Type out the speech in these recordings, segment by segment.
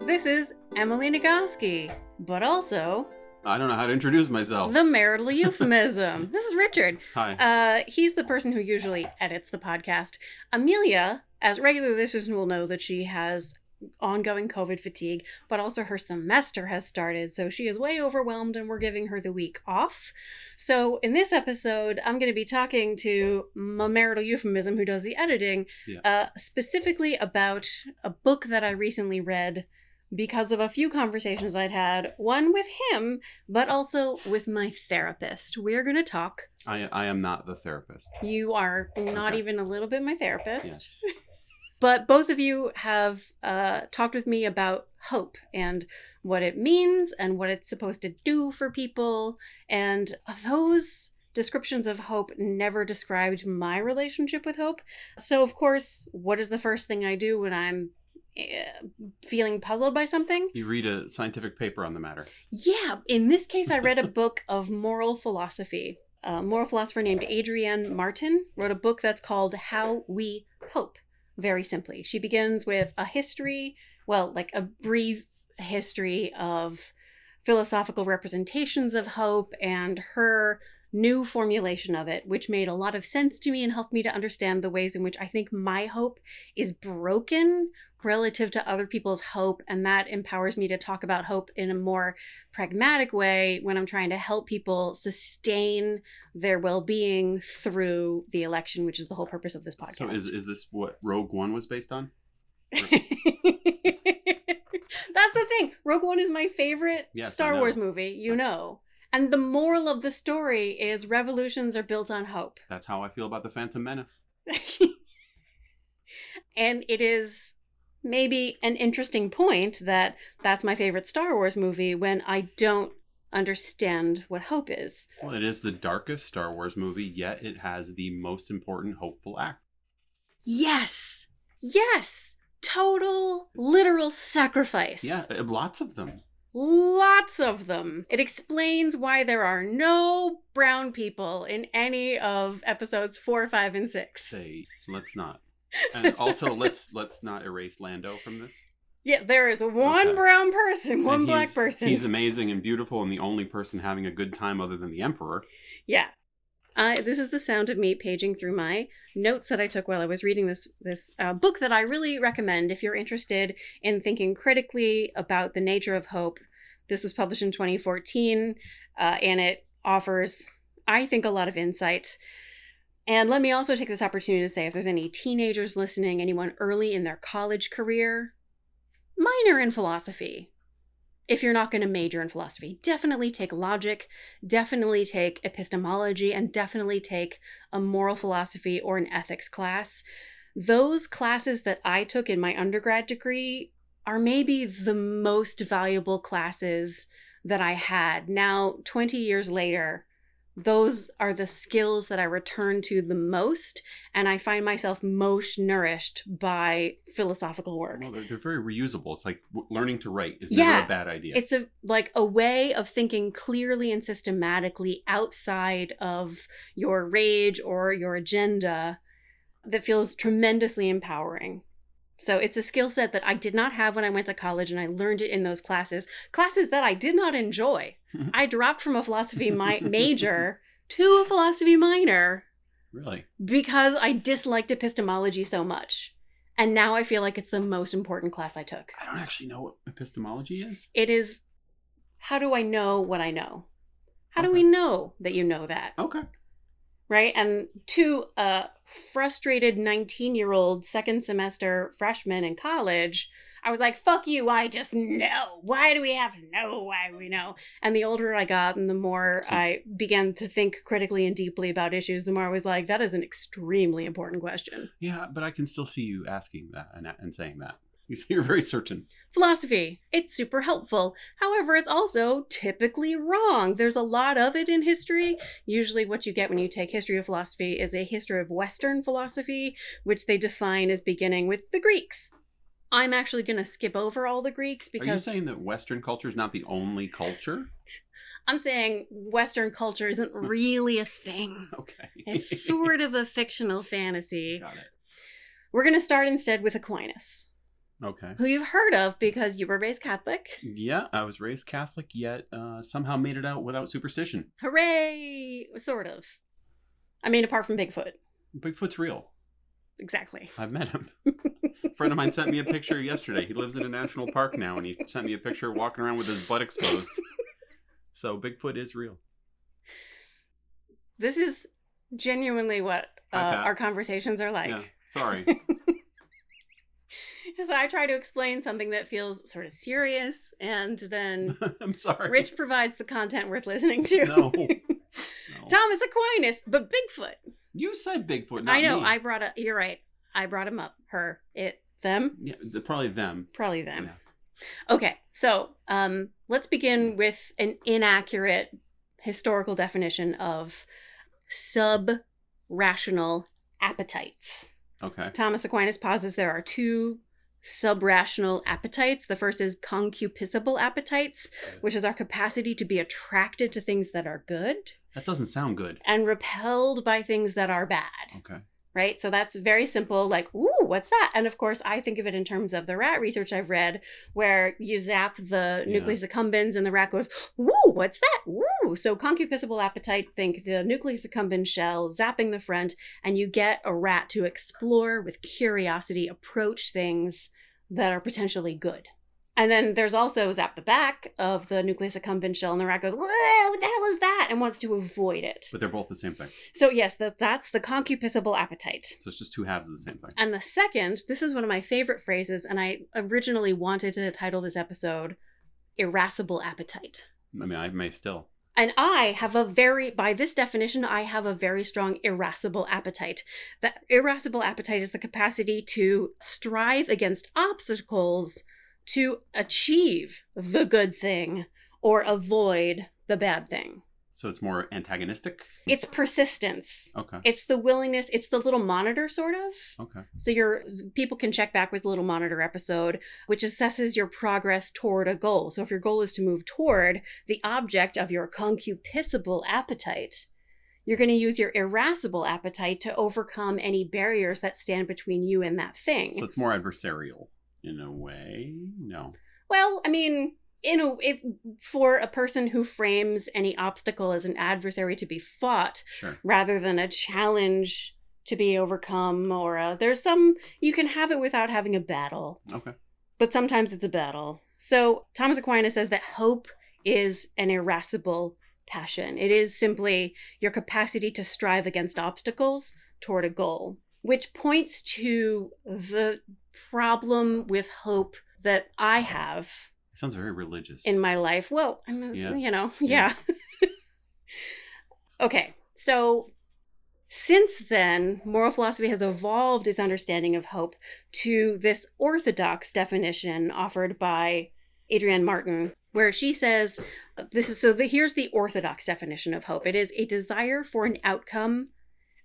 voices Emily Nagoski, but also I don't know how to introduce myself. the marital euphemism. this is Richard. Hi. Uh, he's the person who usually edits the podcast. Amelia, as regular listeners will know, that she has ongoing COVID fatigue, but also her semester has started, so she is way overwhelmed, and we're giving her the week off. So in this episode, I'm going to be talking to my marital euphemism, who does the editing, Yeah. uh, specifically about a book that I recently read. Because of a few conversations I'd had, one with him, but also with my therapist. We're going to talk I I am not the therapist. you are not Okay. even a little bit my therapist. Yes. But both of you have uh, talked with me about hope and what it means and what it's supposed to do for people. And those descriptions of hope never described my relationship with hope. So, of course, what is the first thing I do when I'm eh, feeling puzzled by something? You read a scientific paper on the matter. Yeah, in this case, I read a book of moral philosophy. A moral philosopher named Adrienne Martin wrote a book that's called How We Hope, very simply. She begins with a history, well, like a brief history of philosophical representations of hope and her new formulation of it, which made a lot of sense to me and helped me to understand the ways in which I think my hope is broken relative to other people's hope. And that empowers me to talk about hope in a more pragmatic way when I'm trying to help people sustain their well being through the election, which is the whole purpose of this podcast. So is is this what Rogue One was based on? That's the thing. Rogue One is my favorite Yes, I Star know. Wars movie, you know. And the moral of the story is revolutions are built on hope. That's how I feel about the Phantom Menace. and it is maybe an interesting point that that's my favorite Star Wars movie when I don't understand what hope is. Well, it is the darkest Star Wars movie, yet it has the most important hopeful act. Yes. Yes. Total literal sacrifice. Yeah, uh, lots of them. Lots of them. It explains why there are no brown people in any of episodes four, five, and six. Say, let's not. And also, let's let's not erase Lando from this. Yeah, there is one Okay. brown person, one And black he's- person. He's amazing and beautiful, and the only person having a good time other than the Emperor. yeah. I, this is the sound of me paging through my notes that I took while I was reading this this uh, book that I really recommend if you're interested in thinking critically about the nature of hope. This was published in 2014, uh, and it offers, I think, a lot of insight. And let me also take this opportunity to say if there's any teenagers listening, anyone early in their college career, minor in philosophy. If you're not going to major in philosophy, definitely take logic, definitely take epistemology, and definitely take a moral philosophy or an ethics class. Those classes that I took in my undergrad degree are maybe the most valuable classes that I had. Now, 20 years later, those are the skills that I return to the most, and I find myself most nourished by philosophical work. Well, they're, they're very reusable. It's like w- learning to write is never Yeah. a bad idea. It's a like a way of thinking clearly and systematically outside of your rage or your agenda that feels tremendously empowering. So it's a skill set that I did not have when I went to college and I learned it in those classes. Classes that I did not enjoy. I dropped from a philosophy mi- major to a philosophy minor really. because I disliked epistemology so much. And now I feel like it's the most important class I took I don't actually know what epistemology is. it is how do I know what I know? How do Okay. we know that you know that? Okay. Right? And to a frustrated 19 year old second semester freshman in college, I was like, fuck you, I just know. Why do we have to know why we know? And the older I got and the more So- I began to think critically and deeply about issues, the more I was like, that is an extremely important question. Yeah, but I can still see you asking that and, and saying that. You say you're very certain. philosophy. It's super helpful. However, it's also typically wrong. There's a lot of it in history. Usually, what you get when you take history of philosophy is a history of Western philosophy, which they define as beginning with the Greeks. I'm actually going to skip over all the Greeks Are you because saying that Western culture is not the only culture? I'm saying Western culture isn't really a thing. Okay. It's sort of a fictional fantasy. Got it. We're going to start instead with Aquinas. Okay. who you've heard of because you were raised Catholic. Yeah, I was raised Catholic, yet uh, somehow made it out without superstition. Hooray! Sort of. I mean, apart from Bigfoot. Bigfoot's real. Exactly. I've met him. a friend of mine sent me a picture yesterday. He lives in a national park now, and he sent me a picture walking around with his butt exposed. So Bigfoot is real. This is genuinely what uh, Hi, Pat. our conversations are like. yeah. Sorry. Because I try to explain something that feels sort of serious, and then I'm sorry. Rich provides the content worth listening to. No. No. Thomas Aquinas, but Bigfoot. You said Bigfoot. Not I know. me. I brought up. You're right. I brought him up. Her. It. Them. Yeah, the, probably them. Probably them. Okay, so um, let's begin with an inaccurate historical definition of sub rational appetites. Okay. Thomas Aquinas posits there are two subrational appetites. The first is concupiscible appetites, which is our capacity to be attracted to things that are good That doesn't sound good. and repelled by things that are bad Okay. right? So that's very simple, like, ooh, what's that? And of course, I think of it in terms of the rat research I've read, where you zap the Yeah. nucleus accumbens and the rat goes, ooh, what's that? Ooh. So concupiscible appetite, think the nucleus accumbens shell zapping the front, and you get a rat to explore with curiosity, approach things that are potentially good. And then there's also zap the back of the nucleus accumbens shell, and the rat goes, "Whoa, what the hell is that? And wants to avoid it. But they're both the same thing. So, yes, that that's the concupiscible appetite. So it's just two halves of the same thing. And the second, this is one of my favorite phrases, and I originally wanted to title this episode Irascible Appetite. I mean, I may still. And I have a very, by this definition, I have a very strong irascible appetite. The irascible appetite is the capacity to strive against obstacles to achieve the good thing or avoid the bad thing. So it's more antagonistic. It's persistence. Okay. It's the willingness, it's the little monitor, sort of. Okay. So your people can check back with a little monitor episode, which assesses your progress toward a goal. So if your goal is to move toward the object of your concupiscible appetite, you're going to use your irascible appetite to overcome any barriers that stand between you and that thing. So it's more adversarial in a way. No. well, I mean, in a, if for a person who frames any obstacle as an adversary to be fought, Sure. rather than a challenge to be overcome or a, there's some you can have it without having a battle Okay. but sometimes it's a battle so thomas aquinas says that hope is an irascible passion it is simply your capacity to strive against obstacles toward a goal which points to the problem with hope that i have It sounds very religious. in my life. Well, I mean, Yeah. you know, yeah. Yeah. okay, so since then, moral philosophy has evolved its understanding of hope to this orthodox definition offered by Adrienne Martin, where she says, "This is so. The, here's the orthodox definition of hope. It is a desire for an outcome,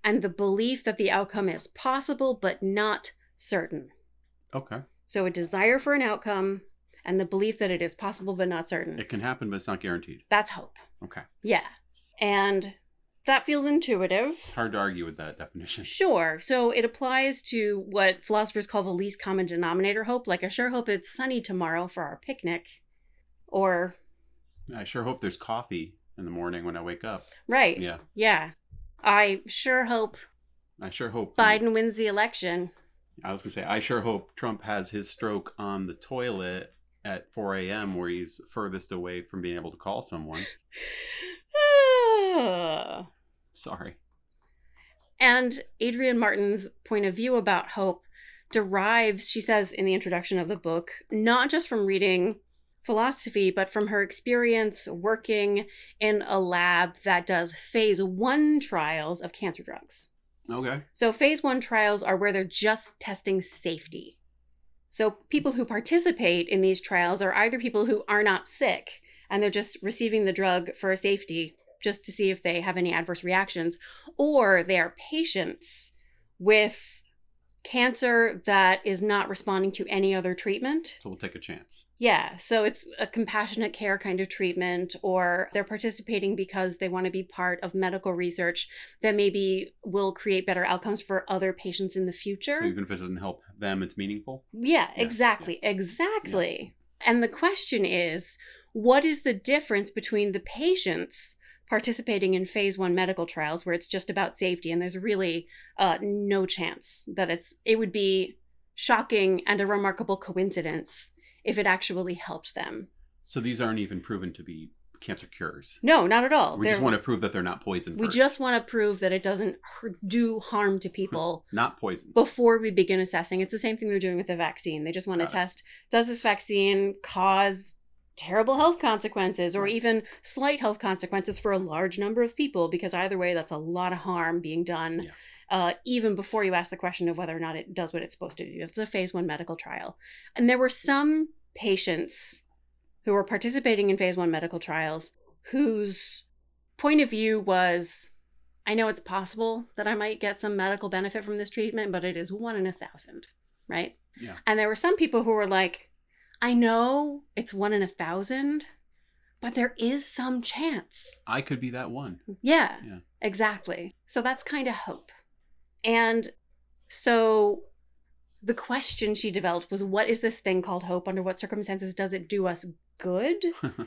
and the belief that the outcome is possible but not certain." okay. So, a desire for an outcome and the belief that it is possible but not certain. It can happen, but it's not guaranteed. That's hope. Okay. Yeah. And that feels intuitive. It's hard to argue with that definition. Sure. So it applies to what philosophers call the least common denominator hope. Like, I sure hope it's sunny tomorrow for our picnic. Or, I sure hope there's coffee in the morning when I wake up. right. Yeah. Yeah. I sure hope I sure hope Biden wins the election. I was gonna say, I sure hope Trump has his stroke on the toilet at 4 a.m. where he's furthest away from being able to call someone. Ah. Sorry. And Adrienne Martin's point of view about hope derives, she says in the introduction of the book, not just from reading philosophy, but from her experience working in a lab that does phase one trials of cancer drugs. Okay. So, phase one trials are where they're just testing safety. So, people who participate in these trials are either people who are not sick and they're just receiving the drug for safety, just to see if they have any adverse reactions, or they are patients with cancer that is not responding to any other treatment. So we'll take a chance. Yeah, so it's a compassionate care kind of treatment, or they're participating because they want to be part of medical research that maybe will create better outcomes for other patients in the future. So even if it doesn't help them, it's meaningful. yeah, yeah. exactly, exactly. And the question is what is the difference between the patients? participating in phase one medical trials where it's just about safety and there's really uh, no chance that it's it would be shocking and a remarkable coincidence if it actually helped them So these aren't even proven to be cancer cures. No, not at all. We They're- just want to prove Hmm. that they're not poison. we first. just want to prove that it doesn't hur- do harm to people not poison. before we begin assessing. It's the same thing they're doing with the vaccine. They just want to Got it. test does this vaccine cause terrible health consequences or Right. even slight health consequences for a large number of people? Because either way, that's a lot of harm being done. Yeah. Uh, even before you ask the question of whether or not it does what it's supposed to do, it's a phase one medical trial. And there were some patients who were participating in phase one medical trials whose point of view was I know it's possible that I might get some medical benefit from this treatment, but it is one in a thousand, right? Yeah. And there were some people who were like, I know it's one in a thousand, but there is some chance. I could be that one. Yeah, Yeah. exactly. So that's kind of hope. And so the question she developed was what is this thing called hope? Under what circumstances does it do us good? Mm-hmm.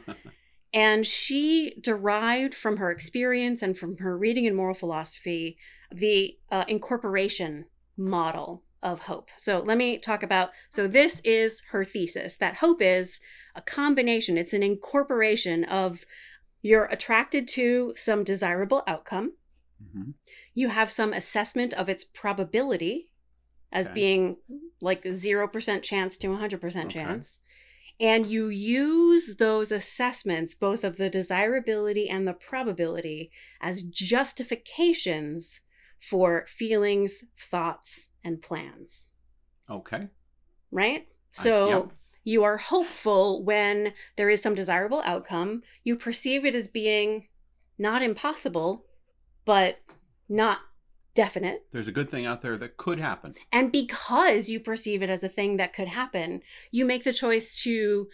And she derived from her experience and from her reading in moral philosophy the uh, incorporation model of hope. So let me talk about. So, this is her thesis that hope is a combination, it's an incorporation of you're attracted to some desirable outcome, Mhm. you have some assessment of its probability as Okay. being like 0% chance to 100% Okay. chance and you use those assessments both of the desirability and the probability as justifications for feelings thoughts and plans Okay. right I- so yeah. you are hopeful when there is some desirable outcome you perceive it as being not impossible but not definite There's a good thing out there that could happen. and because you perceive it as a thing that could happen, you make the choice to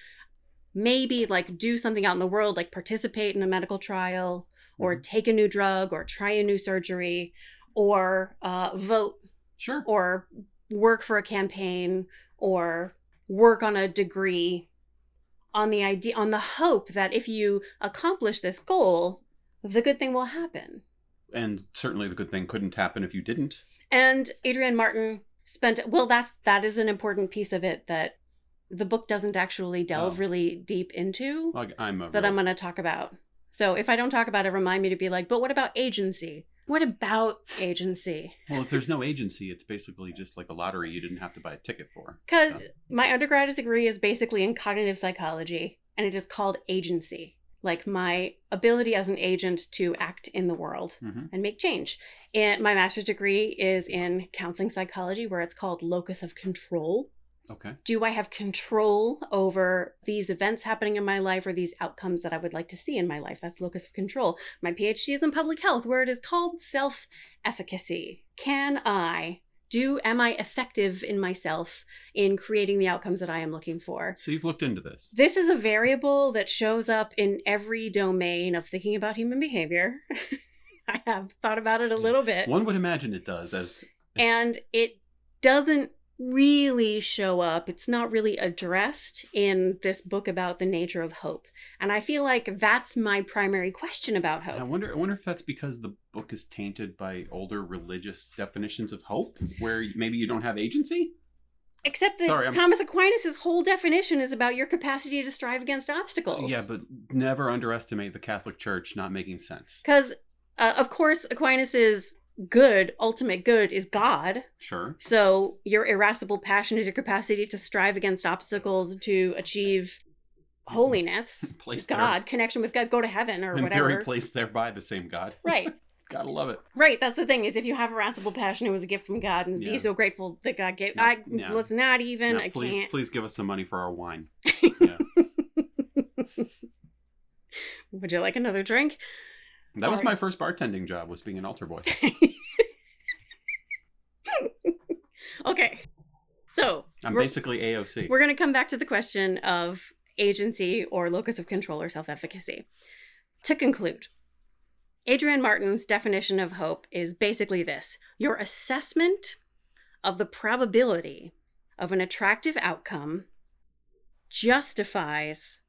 maybe like do something out in the world, like participate in a medical trial or Mhm. take a new drug or try a new surgery or uh, vote Sure. or work for a campaign or work on a degree on the idea on the hope that if you accomplish this goal the good thing will happen and certainly the good thing couldn't happen if you didn't. And Adrienne Martin spent well that's that is an important piece of it that the book doesn't actually delve Oh. really deep into Like, I'm a that real- I'm going to talk about. So if I don't talk about it remind me to be like, but what about agency? What about agency? well, if there's no agency, it's basically just like a lottery you didn't have to buy a ticket for. Cuz my undergraduate degree is basically in cognitive psychology and it is called agency, like my ability as an agent to act in the world. hmm and make change. And my master's degree is in counseling psychology, where it's called locus of control. Okay. Do I have control over these events happening in my life or these outcomes that I would like to see in my life? That's locus of control. My PhD is in public health, where it is called self efficacy. Can I do, am I effective in myself in creating the outcomes that I am looking for? So you've looked into this. This is a variable that shows up in every domain of thinking about human behavior. I have thought about it a little bit. One would imagine it does, as And it doesn't really show up. It's not really addressed in this book about the nature of hope. And I feel like that's my primary question about I hope. wonder. I wonder if that's because the book is tainted by older religious definitions of hope, where maybe you don't have agency. Except that Sorry, I'm- Thomas Aquinas' whole definition is about your capacity to strive against obstacles. Yeah, but never underestimate the Catholic Church not making sense. Because, uh, of course, Aquinas' good, ultimate good, is God. Sure. So your irascible passion is your capacity to strive against obstacles to achieve holiness, Place there. God, connection with God, go to heaven or and whatever. very placed there by the same God. right. Gotta love it. Right, that's the thing is if you have irascible passion, it was a gift from God, and Yeah. be so grateful that God gave. No, I no. let's not even. Now, I please, can't. please give us some money for our wine. Would you like another drink? That was Sorry. my first bartending job was being an altar boy. Okay. So I'm we're, basically AOC. we're going to come back to the question of agency or locus of control or self efficacy. To conclude, Adrian Martin's definition of hope is basically this your assessment of the probability of an attractive outcome justifies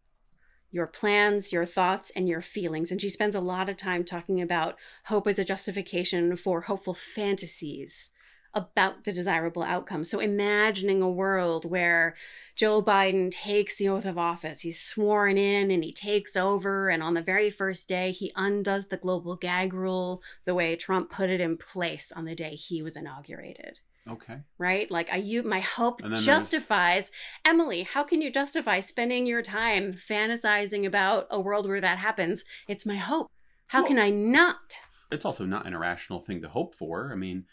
your plans, your thoughts, and your feelings. And she spends a lot of time talking about hope as a justification for hopeful fantasies about the desirable outcome. So imagining a world where Joe Biden takes the oath of office, he's sworn in and he takes over. And on the very first day, he undoes the global gag rule the way Trump put it in place on the day he was inaugurated. Okay. Right? Like I you my hope And then justifies Emily, how can you justify spending your time fantasizing about a world where that happens? It's my hope. How Well- can I not? It's also not an irrational thing to hope for. I mean,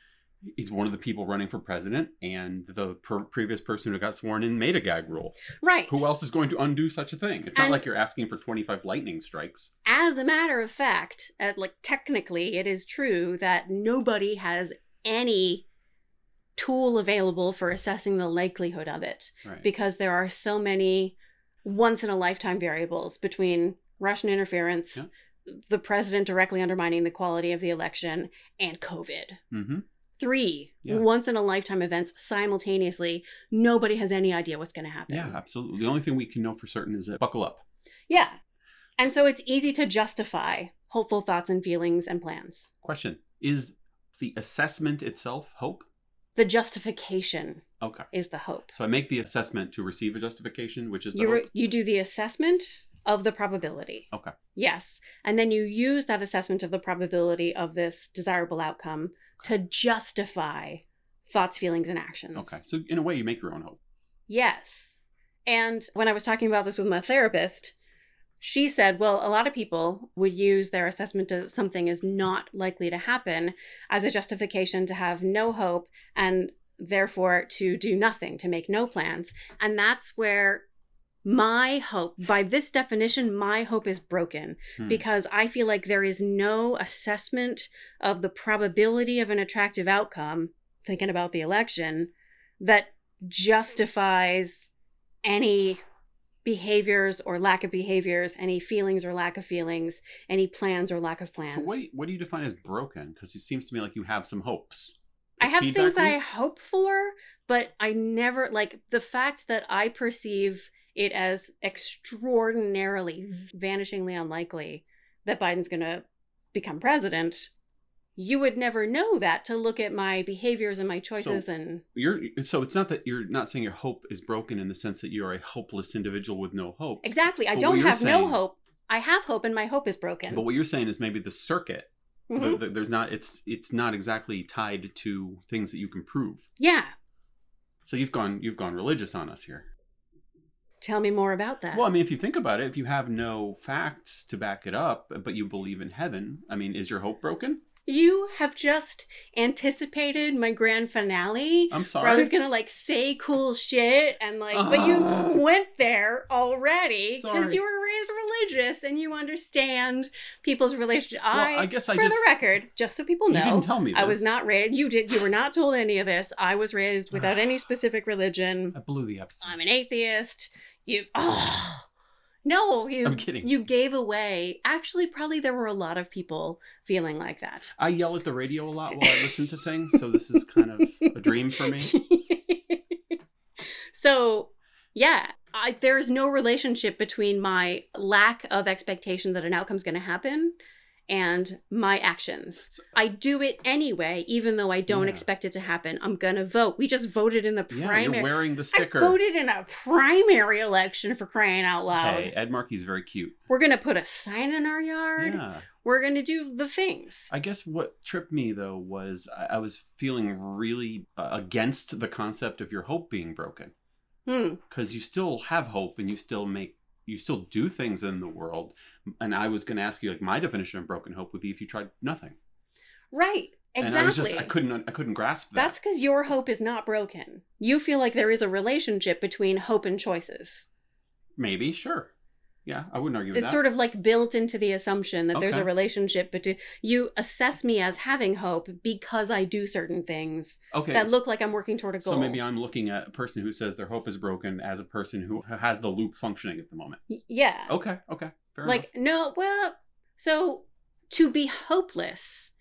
he's one of the people running for president, and the per- previous person who got sworn in made a gag rule. Right. Who else is going to undo such a thing? It's And- not like you're asking for 25 lightning strikes. as a matter of fact, uh, like technically, it is true that nobody has any tool available for assessing the likelihood of it Right. because there are so many once in a lifetime variables between Russian interference, the president directly undermining the quality of the election, and COVID. mm-hmm. Three Yeah. once in a lifetime events simultaneously. Nobody has any idea what's going to happen. Yeah, absolutely. The only thing we can know for certain is that buckle up. Yeah. And so it's easy to justify hopeful thoughts and feelings and plans. Question Is the assessment itself hope? The justification Okay. is the hope. So I make the assessment to receive a justification, which is the You, re- hope. you do the assessment of the probability. Okay. Yes. And then you use that assessment of the probability of this desirable outcome to justify thoughts, feelings, and actions. Okay. So in a way, you make your own hope. Yes. And when I was talking about this with my therapist, she said, well, a lot of people would use their assessment of something is not likely to happen as a justification to have no hope and therefore to do nothing, to make no plans. And that's where my hope, by this definition, my hope is broken Hmm. because I feel like there is no assessment of the probability of an attractive outcome, thinking about the election, that justifies any behaviors or lack of behaviors, any feelings or lack of feelings, any plans or lack of plans. So what do you, what do you define as broken? Because it seems to me like you have some hopes. I have Feedback things I loop? hope for, but I never like the fact that I perceive it as extraordinarily, vanishingly unlikely that Biden's going to become president. You would never know that to look at my behaviors and my choices and You're so it's not that you're not saying your hope is broken in the sense that you are a hopeless individual with no hopes. exactly. I but don't what you're have no saying- hope. I have hope, and my hope is broken. But what you're saying is maybe the circuit. Mhm. the- the- there's not. It's it's not exactly tied to things that you can prove. yeah, So you've gone you've gone religious on us here. tell me more about that. Well, I mean, if you think about it, if you have no facts to back it up, but you believe in heaven, I mean, is your hope broken? you have just anticipated my grand finale. I'm where I sorry. was gonna like say cool shit and like, but you Ugh. went there already because Sorry. you were raised religious and you understand people's relationship. Well, I, I guess I for just- the record, just so people you know, didn't tell me. I was this. not raised. You did. You were not told any of this. I was raised without any specific religion. I blew the episode. I'm an atheist. You. Oh. No, you I'm kidding. you gave away. Actually, probably there were a lot of people feeling like that. I yell at the radio a lot while I listen to things, so this is kind of a dream for me. so, yeah, I, there is no relationship between my lack of expectation that an outcome's going to happen and my actions. I do it anyway, even though I don't uh, Yeah. expect it to happen. I'm going to vote. We just voted in the Yeah, primary. you're wearing the sticker. I voted in a primary election for crying out loud. Hey, uh, Ed Markey's very cute. We're going to put a sign in our yard. Yeah. We're going to do the things. I guess what tripped me though was I, I was feeling really uh, against the concept of your hope being broken Hmm. because you still have hope and you still make you still do things in the world. And I was going to ask you like my definition of broken hope would be if you tried nothing. Right. Exactly. And I was just I couldn't I couldn't grasp that. That's because your hope is not broken. You feel like there is a relationship between hope and choices. maybe sure. Yeah, I wouldn't argue with it's that. sort of like built into the assumption that there's Okay. a relationship between you assess me as having hope because I do certain things okay, that s- look like I'm working toward a goal. So maybe I'm looking at a person who says their hope is broken as a person who has the loop functioning at the moment. Y- yeah. Okay, okay, Oh, fair like no, well, so to be hopeless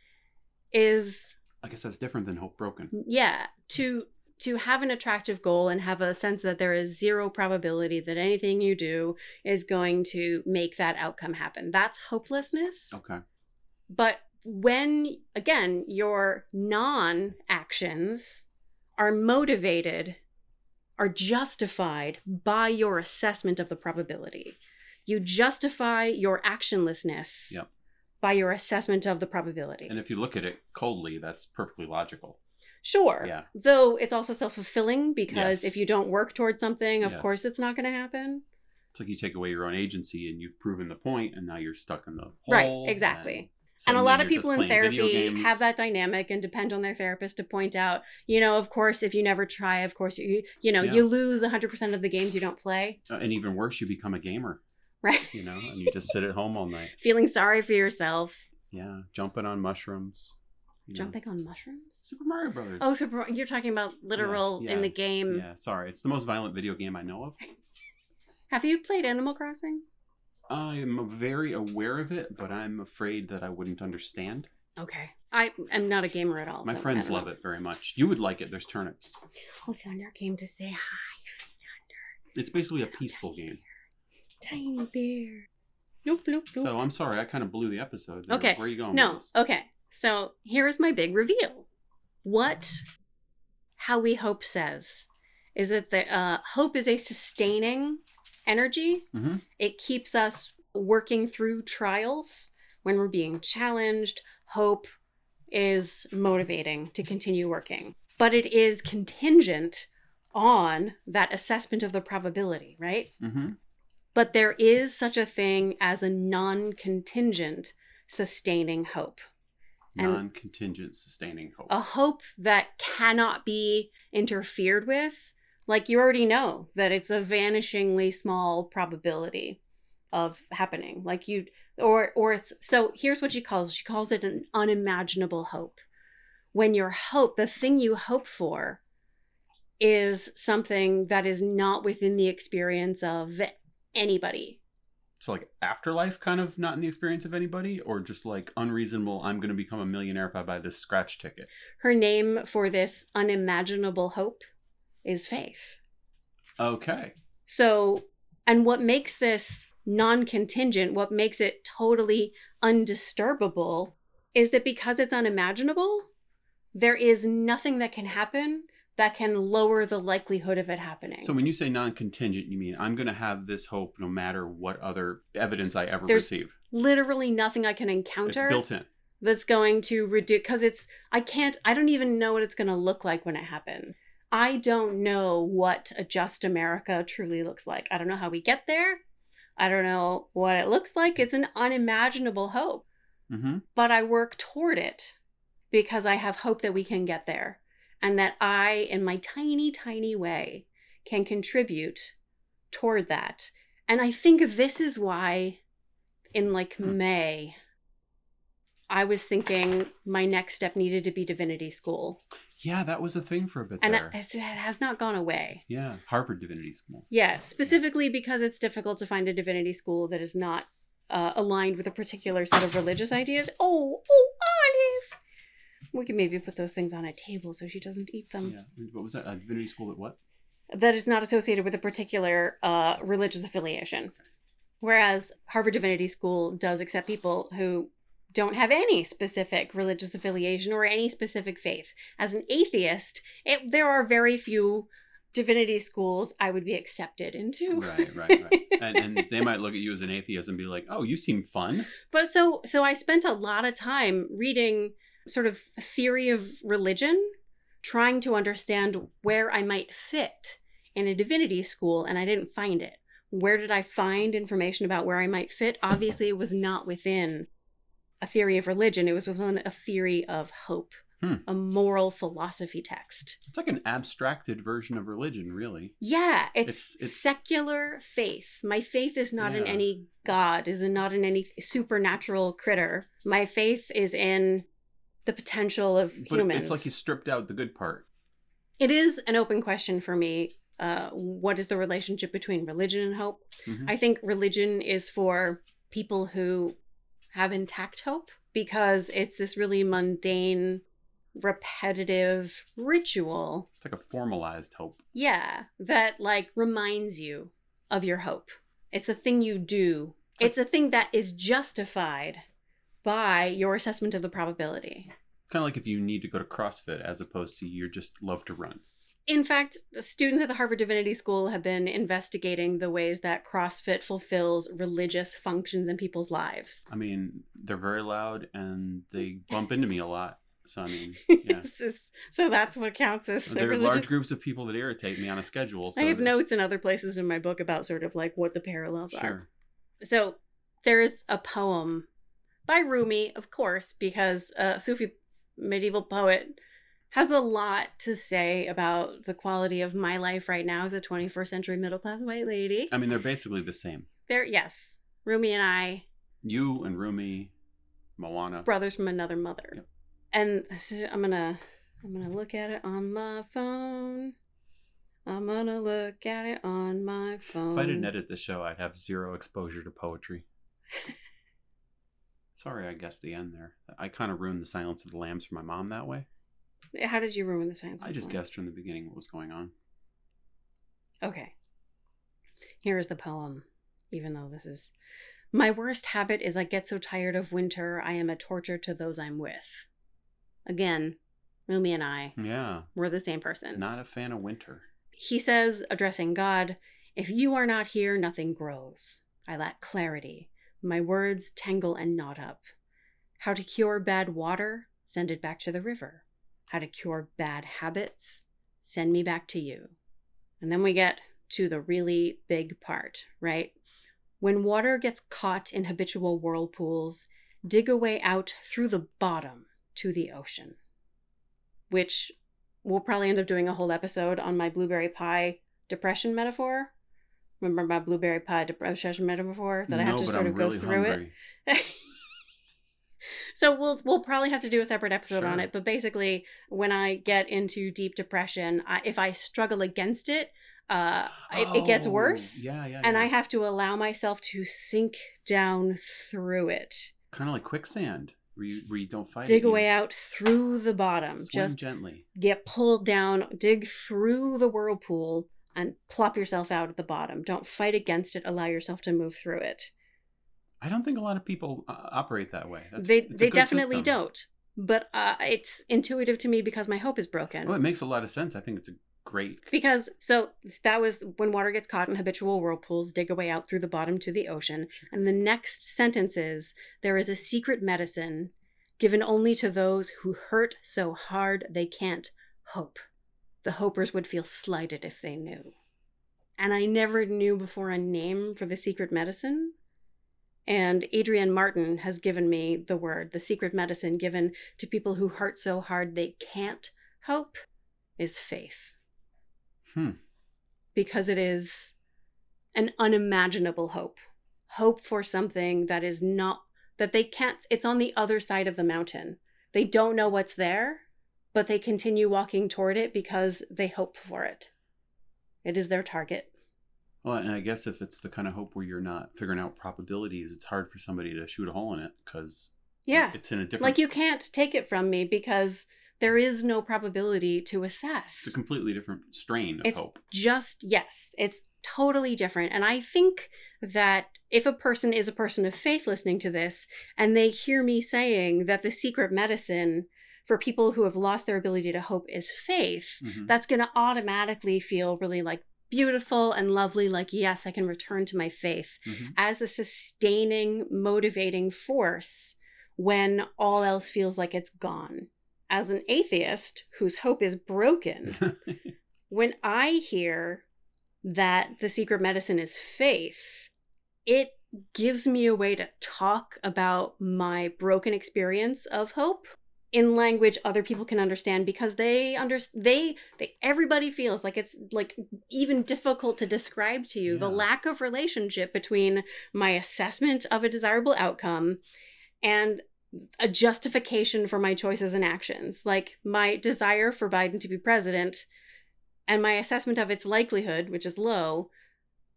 is enough. I guess that's different than hope broken. yeah, to to have an attractive goal and have a sense that there is zero probability that anything you do is going to make that outcome happen. That's hopelessness. Okay, But when, again, your non actions are motivated, are justified by your assessment of the probability, you justify your actionlessness Yep. by your assessment of the probability. and if you look at it coldly, that's perfectly logical. sure. Yeah. Though it's also self fulfilling because Yes. if you don't work towards something, of Yes. course it's not going to happen. It's like you take away your own agency and you've proven the point, and now you're stuck in the hole. Right, exactly. And a suddenly lot of you're people just in playing video therapy games. have that dynamic and depend on their therapist to point out, you know, of course, if you never try, of course, you you know, Yeah. you lose 100% of the games you don't play, Uh, and even worse, you become a gamer, right? you know, and you just sit at home all night. Feeling sorry for yourself. Yeah, jumping on mushrooms. you know. Jumping on mushrooms? Super Mario Brothers. Oh, so bro- you're talking about literal yeah, in the game. yeah, sorry. It's the most violent video game I know of. Have you played Animal Crossing? I'm very aware of it, but I'm afraid that I wouldn't understand. Okay. I am not a gamer at all. My friends love it very much. You would like it. There's turnips. Oh, Thunder came to say hi. It's basically a peaceful game. Tiny bear. Nope, nope, nope. So um, I'm sorry, I kind of blew the episode. there. Okay, Where are you going? No. Uh, With this? Okay. So here is my big reveal. What How We Hope says is that the uh, hope is a sustaining energy. Mhm. It keeps us working through trials when we're being challenged. Hope is motivating to continue working, but it is contingent on that assessment of the probability, right? Mhm. But there is such a thing as a non contingent sustaining hope, And- Non contingent sustaining hope. a hope that cannot be interfered with. Like you already know that it's a vanishingly small probability of happening. Like you, or, or it's so here's what she calls she calls it an unimaginable hope. When your hope, the thing you hope for, is something that is not within the experience of anybody So, like afterlife, kind of not in the experience of anybody, or just like unreasonable, I'm going to become a millionaire if I buy this scratch ticket. Her name for this unimaginable hope is faith. Okay. So, and what makes this non contingent, what makes it totally undisturbable is that because it's unimaginable, there is nothing that can happen that can lower the likelihood of it happening. So, when you say non contingent, you mean I'm going to have this hope no matter what other evidence I ever There's receive. Literally nothing I can It's encounter built in. that's going to reduce because it's i can't i don't even know what it's going to look like when it happens i don't know what a just america truly looks like i don't know how we get there i don't know what it looks like it's an unimaginable hope Mm-hmm. but i work toward it because i have hope that we can get there and that i in my tiny tiny way can contribute toward that and i think this is why in like Hmm. May, I was thinking my next step needed to be divinity school, Yeah, that was a thing for a bit and there. it, it has not gone away. yeah, Harvard Divinity School. Yeah, specifically because it's difficult to find a divinity school that is not uh, aligned with a particular set of religious ideas. Oh, oh, Olive. We can maybe put those things on a table so she doesn't eat them. Yeah. What was that? A divinity school at what? that is not associated with a particular uh, religious affiliation. Whereas Harvard Divinity School does accept people who don't have any specific religious affiliation or any specific faith. As an atheist, it, there are very few divinity schools I would be accepted into. Right, right, right. and, and they might look at you as an atheist and be like, "Oh, you seem fun." But so so I spent a lot of time reading sort of theory of religion, trying to understand where I might fit in a divinity school and I didn't find it. Where did I find information about where I might fit? Obviously, it was not within a theory of religion. It was within a theory of hope, Hmm. a moral philosophy text. It's like an abstracted version of religion, really. Yeah, it's, It's- it's- secular faith. My faith is not in Yeah. any god, is in not in any supernatural critter. My faith is in the potential of But it- humans. it's like you stripped out the good part. It is an open question for me. Uh, what is the relationship between religion and hope? Mhm. I think religion is for people who have intact hope because it's this really mundane, repetitive ritual It's like a formalized hope. yeah, that like reminds you of your hope. It's a thing you do. It's a thing that is justified by your assessment of the probability. Kind of like if you need to go to CrossFit as opposed to you just love to run. In fact, students at the Harvard Divinity School have been investigating the ways that CrossFit fulfills religious functions in people's lives. I mean, they're very loud and they bump into me a lot. So I mean, yeah. This is- so that's what counts as a There are religious. large groups of people that irritate me on a schedule. So I have that- notes in other places in my book about sort of like what the parallels are. Sure. So there is a poem by Rumi, of course, because a Sufi medieval poet has a lot to say about the quality of my life right now as a 21st century middle class white lady. I mean, they're basically the same. There, yes, Rumi and I, You and Rumi, Moana. brothers from another mother. Yep. And so I'm gonna, I'm gonna look at it on my phone. I'm gonna look at it on my phone. If I didn't edit the show, I'd have zero exposure to poetry. Sorry, I guessed the end there. I kind of ruined the Silence of the Lambs for my mom that way. How did you ruin the science? I just guess. guessed from the beginning what was going on. Okay. Here is the poem, even though this is My worst habit is I get so tired of winter, I am a torture to those I'm with. Again, Rumi and I Yeah, were the same person. not a fan of winter. He says, addressing God, If you are not here, nothing grows. I lack clarity. My words tangle and knot up. How to cure bad water? Send it back to the river. How to cure bad habits? Send me back to you. And then we get to the really big part, right? When water gets caught in habitual whirlpools, dig a way out through the bottom to the ocean. Which we'll probably end up doing a whole episode on my blueberry pie depression metaphor. Remember my blueberry pie depression metaphor that I have no, to but sort I'm of really go through it? hungry. so we'll we'll probably have to do a separate episode on Sure. it but basically when i get into deep depression I, if i struggle against it uh it, it gets Oh, worse Yeah, yeah. and i have to allow myself to sink down through it kind of like quicksand, where you, where you don't fight. dig it, a way you out through the bottom Swim just gently. get pulled down dig through the whirlpool and plop yourself out at the bottom don't fight against it allow yourself to move through it I don't think a lot of people uh, operate that way. That's, they it's a they good definitely system. don't. But uh, it's intuitive to me because my hope is broken. Well, it makes a lot of sense. I think it's a great. Because so that was when water gets caught in habitual whirlpools, dig a way out through the bottom to the ocean. And the next sentence is there is a secret medicine given only to those who hurt so hard they can't hope. The hopers would feel slighted if they knew. And I never knew before a name for the secret medicine. And Adrienne Martin has given me the word, the secret medicine given to people who hurt so hard they can't hope is faith Hmm. because it is an unimaginable hope hope for something that is not that they can't it's on the other side of the mountain they don't know what's there but they continue walking toward it because they hope for it it is their target Well, and I guess if it's the kind of hope where you're not figuring out probabilities, it's hard for somebody to shoot a hole in it because yeah it's in a different, like you can't take it from me because there is no probability to assess it's a completely different strain of it's hope. just yes it's totally different and i think that if a person is a person of faith listening to this and they hear me saying that the secret medicine for people who have lost their ability to hope is faith Mhm. that's going to automatically feel really like beautiful and lovely like yes i can return to my faith Mhm. as a sustaining, motivating force when all else feels like it's gone. As an atheist whose hope is broken, Mm-hmm. when I hear that the secret medicine is faith, it gives me a way to talk about my broken experience of hope in language other people can understand because they under they they everybody feels like it's like even difficult to describe to you the Yeah. lack of relationship between my assessment of a desirable outcome and a justification for my choices and actions like my desire for Biden to be president and my assessment of its likelihood which is low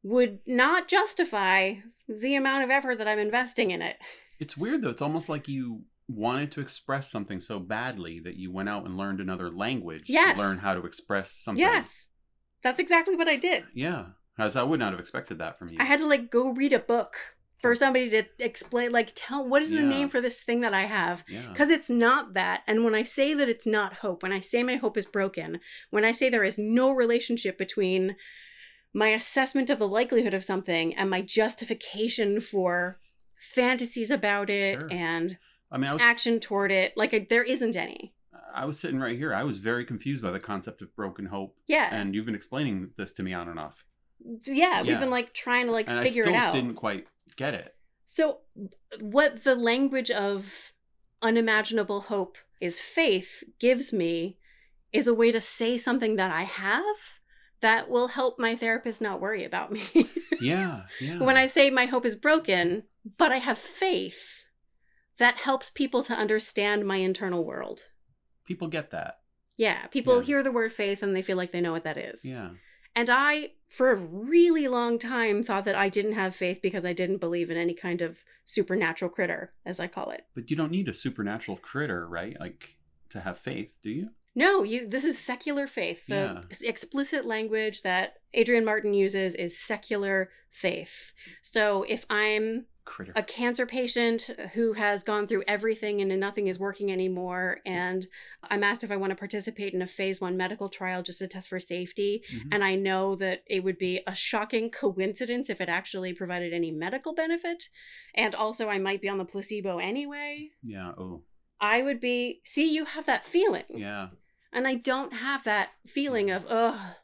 would not justify the amount of effort that I'm investing in it It's weird though. It's almost like you wanted to express something so badly that you went out and learned another language Yes. to learn how to express something. yes that's exactly what I did Yeah. As I would not have expected that from you. I had to like go read a book for somebody to explain, like, tell what is the Yeah. name for this thing that I have? yeah. Because it's not that. And when I say that it's not hope, when I say my hope is broken, when I say there is no relationship between my assessment of the likelihood of something and my justification for fantasies about it Sure. and I mean, I was action toward it, like, I, there isn't any. I was sitting right here. I was very confused by the concept of broken hope, Yeah. and you've been explaining this to me on and off, yeah. We've Yeah. been like trying to like and I figure still it out. didn't quite get it. So, what the language of unimaginable hope is faith gives me is a way to say something that I have that will help my therapist not worry about me. Yeah, yeah. when I say my hope is broken, but I have faith, that helps people to understand my internal world. people get that. Yeah, people Yeah. hear the word faith and they feel like they know what that is. Yeah, And I, for a really long time, thought that I didn't have faith because I didn't believe in any kind of supernatural critter, as I call it. but you don't need a supernatural critter, right? Like to have faith, do you? No, you. This is secular faith. The explicit language that Adrian Martin uses is secular faith. So if I'm Critter. a cancer patient who has gone through everything and nothing is working anymore, and I'm asked if I want to participate in a phase one medical trial just to test for safety, Mhm. and I know that it would be a shocking coincidence if it actually provided any medical benefit, and also I might be on the placebo anyway. Yeah. Oh, I would be. See, you have that feeling. yeah. And I don't have that feeling of, ugh.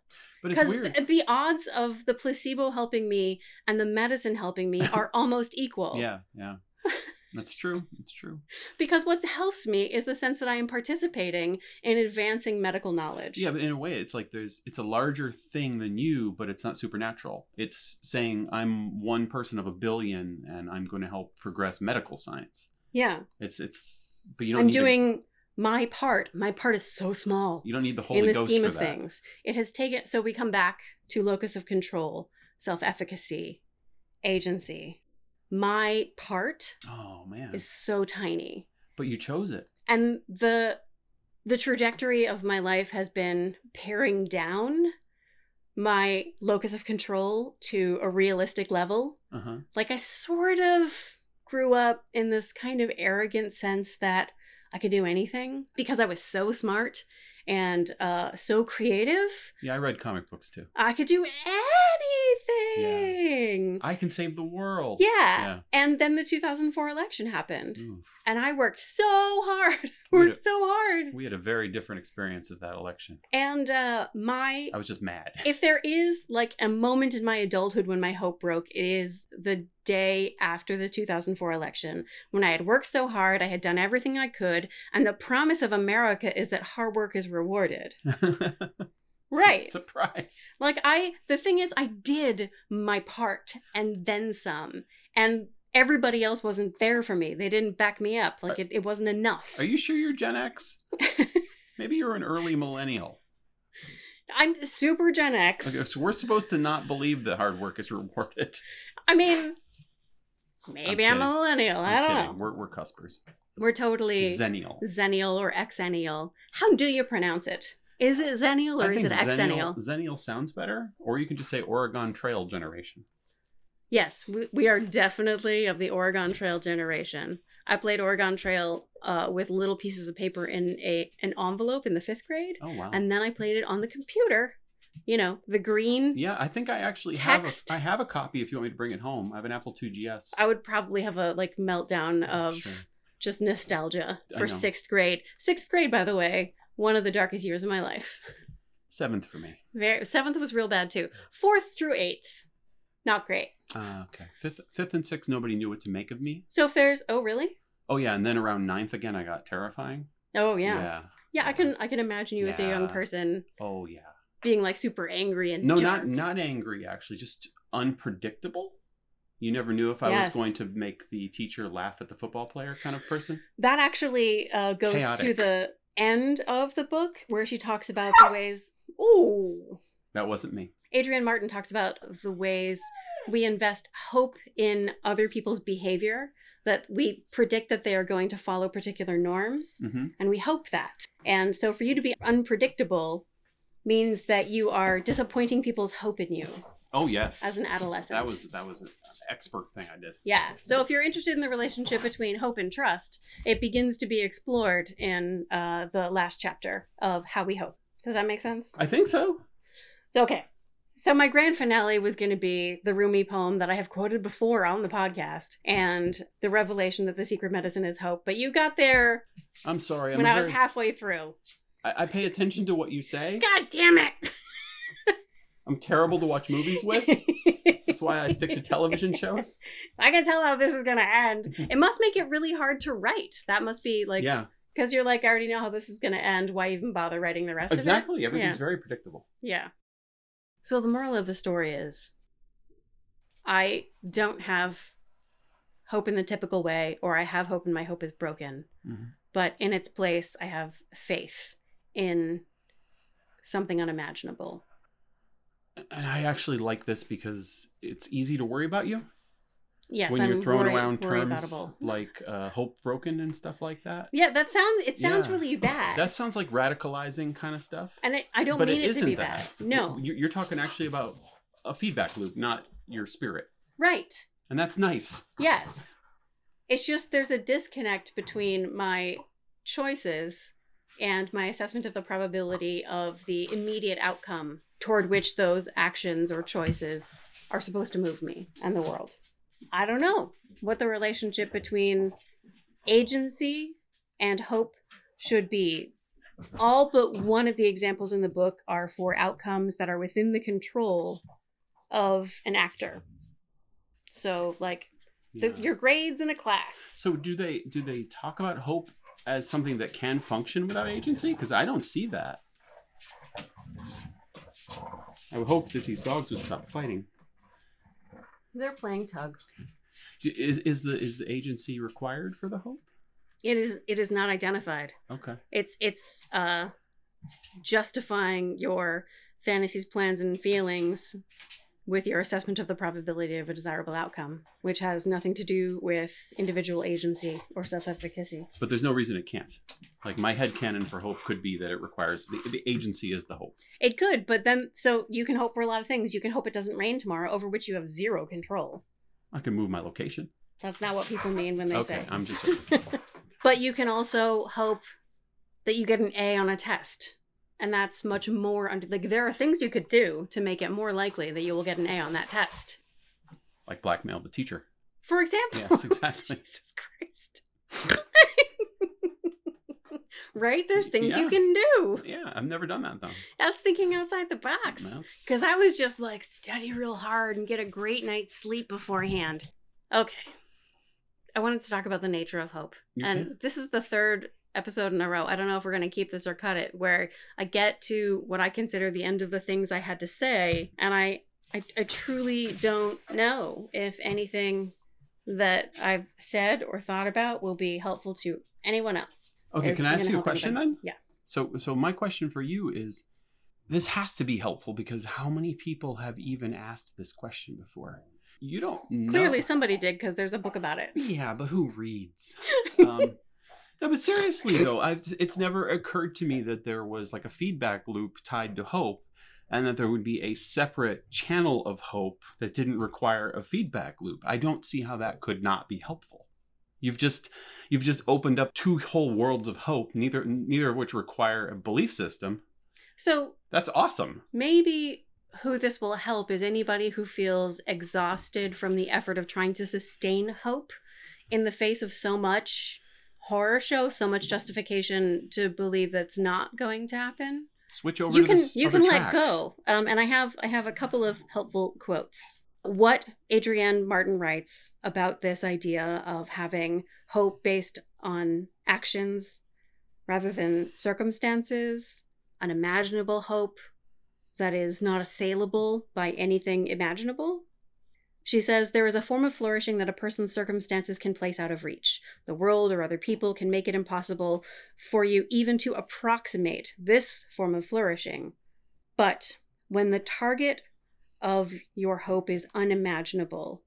But it's Because weird. the odds of the placebo helping me and the medicine helping me are almost equal. yeah, yeah. That's true. It's true. Because what helps me is the sense that I am participating in advancing medical knowledge. Yeah, but in a way, it's like there's it's a larger thing than you, but it's not supernatural. It's saying I'm one person of a billion, and I'm going to help progress medical science. Yeah. It's it's, but you don't. I'm need to- doing my part. My part is so small you don't need the Holy in the Ghost scheme for of that. things. It has taken. So we come back to locus of control, self efficacy, agency. My part Oh man! is so tiny. But you chose it. and the the trajectory of my life has been paring down my locus of control to a realistic level Uh huh. like i sort of grew up in this kind of arrogant sense that i could do anything because i was so smart and uh, so creative Yeah, I read comic books too. i could do anything I can save the world. yeah. Mm. and then the 2004 election happened Yeah. Oof. and i worked so hard We had a- worked so hard We had a very different experience of that election. And uh my I was just mad. if there is like a moment in my adulthood when my hope broke, it is the day after the 2004 election when I had worked so hard, I had done everything I could, and the promise of America is that hard work is rewarded. Right. Sur- surprise. Like I the thing is I did my part and then some. And everybody else wasn't there for me. They didn't back me up. Like it, it wasn't enough. Uh, Are you sure you're Gen X? Maybe you're an early millennial. I'm super Gen X. Okay, so we're supposed to not believe that hard work is rewarded. I mean Maybe I'm, a kidding. millennial. I I'm don't kidding. know. We're, we're cuspers. We're totally Zennial. Xennial or Xennial. How do you pronounce it? Is it Xennial or I is it think Xennial? Zennial sounds better. Or you could just say Oregon Trail generation. Yes, we, we are definitely of the Oregon Trail generation. I played Oregon Trail uh, with little pieces of paper in a an envelope in the fifth grade, Oh, wow. and then I played it on the computer. You know, the green. yeah, I think I actually Text. have a, I have a copy if you want me to bring it home. I have an Apple 2GS. I would probably have a like meltdown of Oh, Sure. just nostalgia I for know. sixth grade. Sixth grade, by the way, one of the darkest years of my life. Seventh for me. Very seventh was real bad too. Fourth through eighth, not great. Uh, okay. Fifth, fifth and sixth, nobody knew what to make of me. So if there's oh really? Oh yeah, and then around ninth again, I got terrifying. Oh yeah. yeah. I can I can imagine you as a young Yeah. person Oh yeah. being like super angry and No, dark. not not angry actually, just unpredictable. You never knew if I Yes. was going to make the teacher laugh at the football player kind of person. That actually uh, goes to Chaotic. Ah! the end of the book where she talks about the ways. Ooh. That wasn't me. Adrienne Martin talks about the ways we invest hope in other people's behavior, that we predict that they are going to follow particular norms, hmm and we hope that. And so for you to be unpredictable means that you are disappointing people's hope in you Oh yes, as an adolescent. that was that was an expert thing I did. Yeah. So if you're interested in the relationship between hope and trust, it begins to be explored in uh, the last chapter of How We Hope. Does that make sense? I think so. So, okay. So my grand finale was going to be the Rumi poem that I have quoted before on the podcast and the revelation that the secret medicine is hope. But you got there I'm sorry. I'm when a I was very- halfway through. I, I pay attention to what you say. God damn it. I'm terrible to watch movies with. That's why I stick to television shows. I can tell how this is going to end. Mm-hmm. It must make it really hard to write. That must be like yeah, because you're like, I already know how this is going to end. Why even bother writing the rest of exactly. it? Everything's very predictable. Yeah. Yeah. So the moral of the story is I don't have hope in the typical way, or I have hope and my hope is broken. Mhm. But in its place, I have faith in something unimaginable. And I actually like this because it's easy to worry about you Yes, when I'm you're throwing worry- around terms worry-aboutable. like uh, hope broken and stuff like that. Yeah, that sounds. It sounds Yeah. really bad. That sounds like radicalizing kind of stuff. and I, I don't but mean it it, isn't to be that. bad. No, You- you're talking actually about a feedback loop, not your spirit, right. and that's nice. Yes. It's just there's a disconnect between my choices and my assessment of the probability of the immediate outcome toward which those actions or choices are supposed to move me and the world. I don't know what the relationship between agency and hope should be. All but one of the examples in the book are for outcomes that are within the control of an actor. So, like, the, Yeah. your grades in a class. So do they do they talk about hope as something that can function without agency? Because I don't see that. I would hope that these dogs would stop fighting. They're playing tug. Do- Is is the is the agency required for the hope? It is it is not identified. Okay. It's it's uh justifying your fantasies, plans and feelings with your assessment of the probability of a desirable outcome, which has nothing to do with individual agency or self-efficacy. But there's no reason it can't. Like my head canon for hope could be that it requires the, the agency is the hope. It could, but then so you can hope for a lot of things. You can hope it doesn't rain tomorrow over which you have zero control. I can move my location. That's not what people mean when they okay, say. I'm just But you can also hope that you get an A on a test. And that's much more under like there are things you could do to make it more likely that you will get an A on that test. like blackmail the teacher. For example. Yes, exactly. Jesus Christ. right? There's things you Yeah. can do. Yeah, I've never done that though. That's thinking outside the box. That's- Because I was just like, study real hard and get a great night's sleep beforehand. Okay. I wanted to talk about the nature of hope. You and can. this is the third episode in a row. I don't know if we're going to keep this or cut it, where I get to what I consider the end of the things I had to say. And I, I, I truly don't know if anything that I've said or thought about will be helpful to anyone else. Okay, Is can I ask gonna you a help question anybody. then? Yeah. So, so my question for you is, this has to be helpful because how many people have even asked this question before? You don't know. Clearly somebody did because there's a book about it. Yeah, but who reads? Um, no, but seriously though, I've it's never occurred to me that there was like a feedback loop tied to hope, and that there would be a separate channel of hope that didn't require a feedback loop. I don't see how that could not be helpful. You've just you've just opened up two whole worlds of hope, neither neither of which require a belief system. So That's awesome. maybe who this will help is anybody who feels exhausted from the effort of trying to sustain hope in the face of so much horror show, so much justification to believe that's not going to happen. Switch over you to can this you other can let track. go. Um, and I have I have a couple of helpful quotes. What Adrienne Martin writes about this idea of having hope based on actions rather than circumstances, an imaginable hope that is not assailable by anything imaginable. She says there is a form of flourishing that a person's circumstances can place out of reach. The world or other people can make it impossible for you even to approximate this form of flourishing. But when the target of your hope is unimaginable,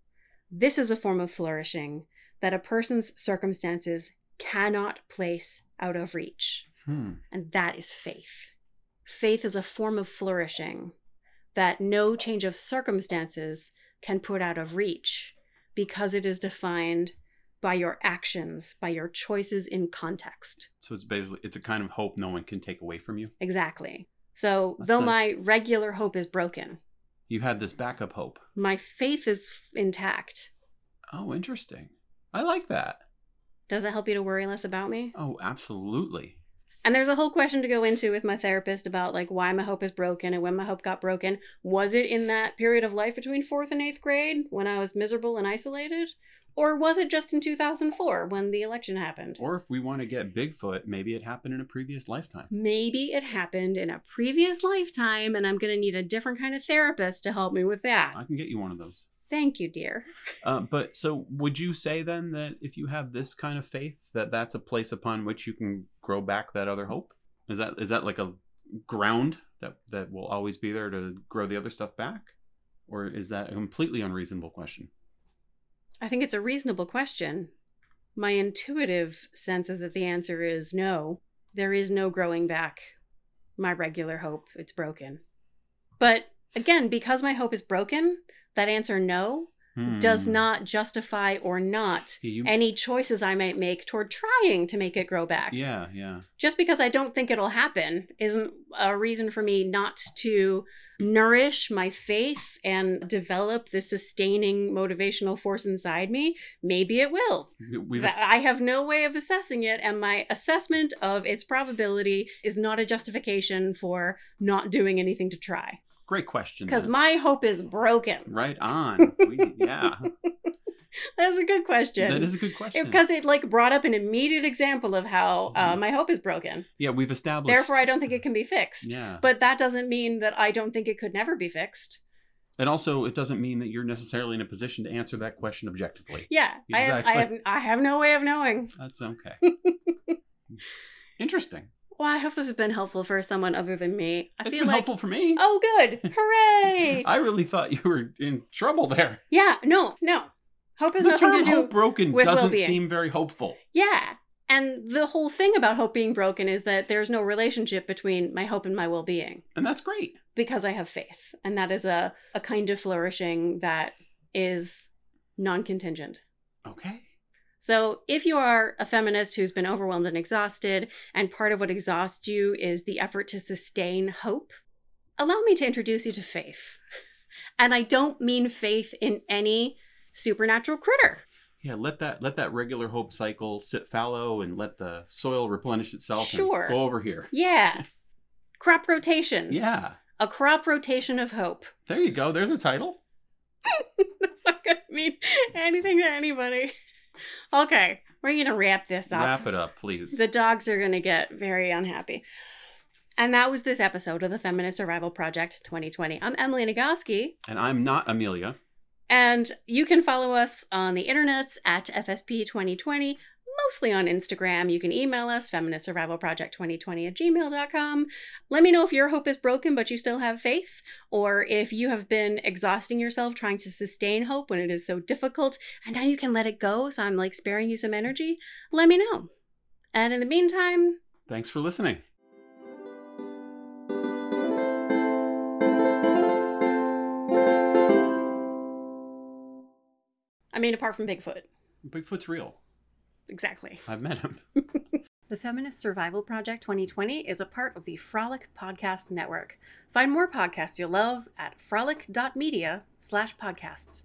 this is a form of flourishing that a person's circumstances cannot place out of reach. Hmm. And that is faith. Faith is a form of flourishing that no change of circumstances can put out of reach because it is defined by your actions, by your choices in context. So it's basically it's a kind of hope no one can take away from you. Exactly. So, That's though my nice. regular hope is broken, You had this backup hope. my faith is f- intact. Oh, interesting. I like that. Does that help you to worry less about me? Oh, absolutely. And there's a whole question to go into with my therapist about like why my hope is broken and when my hope got broken. Was it in that period of life between fourth and eighth grade when I was miserable and isolated? Or was it just in 2004 when the election happened? Or if we want to get Bigfoot, maybe it happened in a previous lifetime. Maybe it happened in a previous lifetime and I'm going to need a different kind of therapist to help me with that. I can get you one of those. Thank you, dear. Uh, but so, would you say then that if you have this kind of faith, that that's a place upon which you can grow back that other hope? Is that is that like a ground that that will always be there to grow the other stuff back, or is that a completely unreasonable question? I think it's a reasonable question. My intuitive sense is that the answer is no. There is no growing back my regular hope. It's broken. But again, because my hope is broken, that answer no does Hmm. not justify or not Yeah, you- any choices I might make toward trying to make it grow back. yeah, yeah. Just because I don't think it'll happen isn't a reason for me not to nourish my faith and develop the sustaining motivational force inside me. Maybe it will. We've That- I have no way of assessing it, and my assessment of its probability is not a justification for not doing anything to try. great question. Because then. my hope is broken. right on. We, yeah, That's a good question. that is a good question. because it like brought up an immediate example of how uh, Mhm. my hope is broken. yeah, we've established. Therefore, I don't think it can be fixed. Yeah, But that doesn't mean that I don't think it could never be fixed. and also it doesn't mean that you're necessarily in a position to answer that question objectively. Yeah, I, have, I Exactly. have I have no way of knowing. That's okay. Interesting. Well, I hope this has been helpful for someone other than me. I It's feel been like helpful for me. oh, good, hooray! I really thought you were in trouble there. yeah, no, no, hope has the nothing term to do. hope broken with doesn't well-being. seem very hopeful. Yeah, and the whole thing about hope being broken is that there's no relationship between my hope and my well-being And that's great. because I have faith, and that is a a kind of flourishing that is non-contingent. Okay. So, if you are a feminist who's been overwhelmed and exhausted, and part of what exhausts you is the effort to sustain hope, allow me to introduce you to faith. And I don't mean faith in any supernatural critter. Yeah, let that let that regular hope cycle sit fallow and let the soil replenish itself. and Sure. go over here. Yeah. crop rotation. Yeah. A crop rotation of hope. There you go. There's a title. That's not going to mean anything to anybody. Okay, we're going to wrap this up. Wrap it up, please. The dogs are going to get very unhappy. And that was this episode of the Feminist Survival Project 2020. I'm Emily Nagoski, and I'm not Amelia. and you can follow us on the internets at FSP 2020, mostly on Instagram. You can email us, Feminist Survival Project 2020 at gmail.com. Let me know if your hope is broken, but you still have faith, or if you have been exhausting yourself trying to sustain hope when it is so difficult, and now you can let it go. So I'm like sparing you some energy. Let me know. And in the meantime, Thanks for listening. I mean, apart from Bigfoot. Bigfoot's real. Exactly. I've met him. The Feminist Survival Project 2020 is a part of the Frolic Podcast Network. Find more podcasts you'll love at frolic.media slash podcasts.